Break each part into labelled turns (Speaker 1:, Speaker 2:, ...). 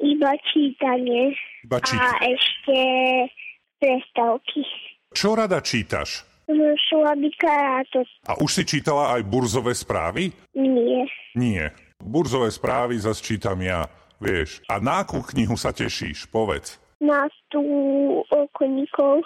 Speaker 1: Iba čítanie.
Speaker 2: Iba
Speaker 1: A
Speaker 2: čítanie.
Speaker 1: ešte prestávky.
Speaker 2: Čo rada čítaš?
Speaker 1: Šla by karátov.
Speaker 2: A už si čítala aj burzové správy?
Speaker 1: Nie.
Speaker 2: Nie. Burzové správy zas čítam ja, vieš. A na akú knihu sa tešíš, povedz.
Speaker 1: Nás tu okoníkov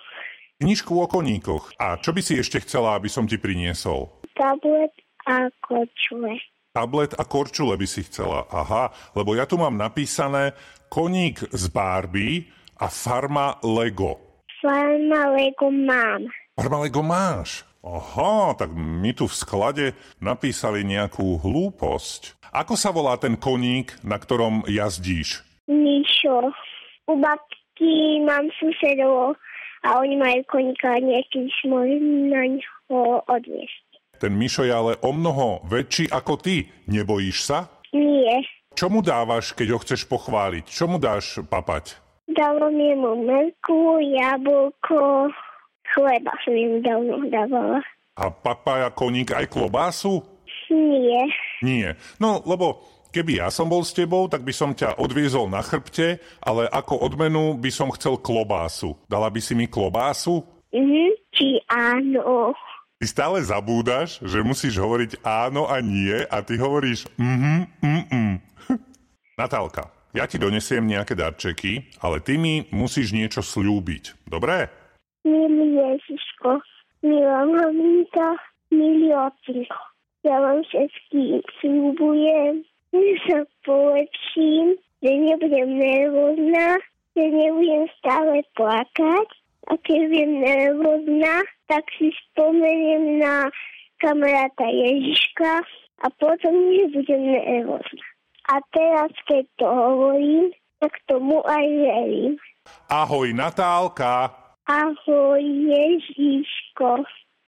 Speaker 2: Knižku o koníkoch. A čo by si ešte chcela, aby som ti priniesol?
Speaker 1: tablet a kočule.
Speaker 2: Tablet a korčule by si chcela. Aha, lebo ja tu mám napísané koník z Barbie a farma Lego.
Speaker 1: Farma Lego mám.
Speaker 2: Farma Lego máš? Aha, tak my tu v sklade napísali nejakú hlúposť. Ako sa volá ten koník, na ktorom jazdíš?
Speaker 1: Ničo. U babky mám susedov a oni majú koníka a niekedy si môžem na ňo odviesť.
Speaker 2: Ten Mišo je ale o mnoho väčší ako ty. Nebojíš sa?
Speaker 1: Nie.
Speaker 2: Čo mu dávaš, keď ho chceš pochváliť? Čo mu dáš papať?
Speaker 1: Dalo mi mu mrku, jablko, chleba som im dávno dávala.
Speaker 2: A papája koník aj klobásu?
Speaker 1: Nie.
Speaker 2: Nie. No, lebo keby ja som bol s tebou, tak by som ťa odviezol na chrbte, ale ako odmenu by som chcel klobásu. Dala by si mi klobásu?
Speaker 1: Mhm. Či áno.
Speaker 2: Ty stále zabúdaš, že musíš hovoriť áno a nie a ty hovoríš mhm, mm Natálka, ja ti donesiem nejaké darčeky, ale ty mi musíš niečo slúbiť. Dobre?
Speaker 1: Milý Ježiško, milá maminka, milý ocinko. Ja vám všetkým slúbujem, že sa polepším, že nebudem nervózna, že nebudem stále plakať. A keď budem nervózna, tak si spomeniem na kamaráta Ježiška a potom nebudem nervózna. A teraz, keď to hovorím, tak tomu aj verím.
Speaker 2: Ahoj Natálka!
Speaker 1: Ahoj, Ježiško.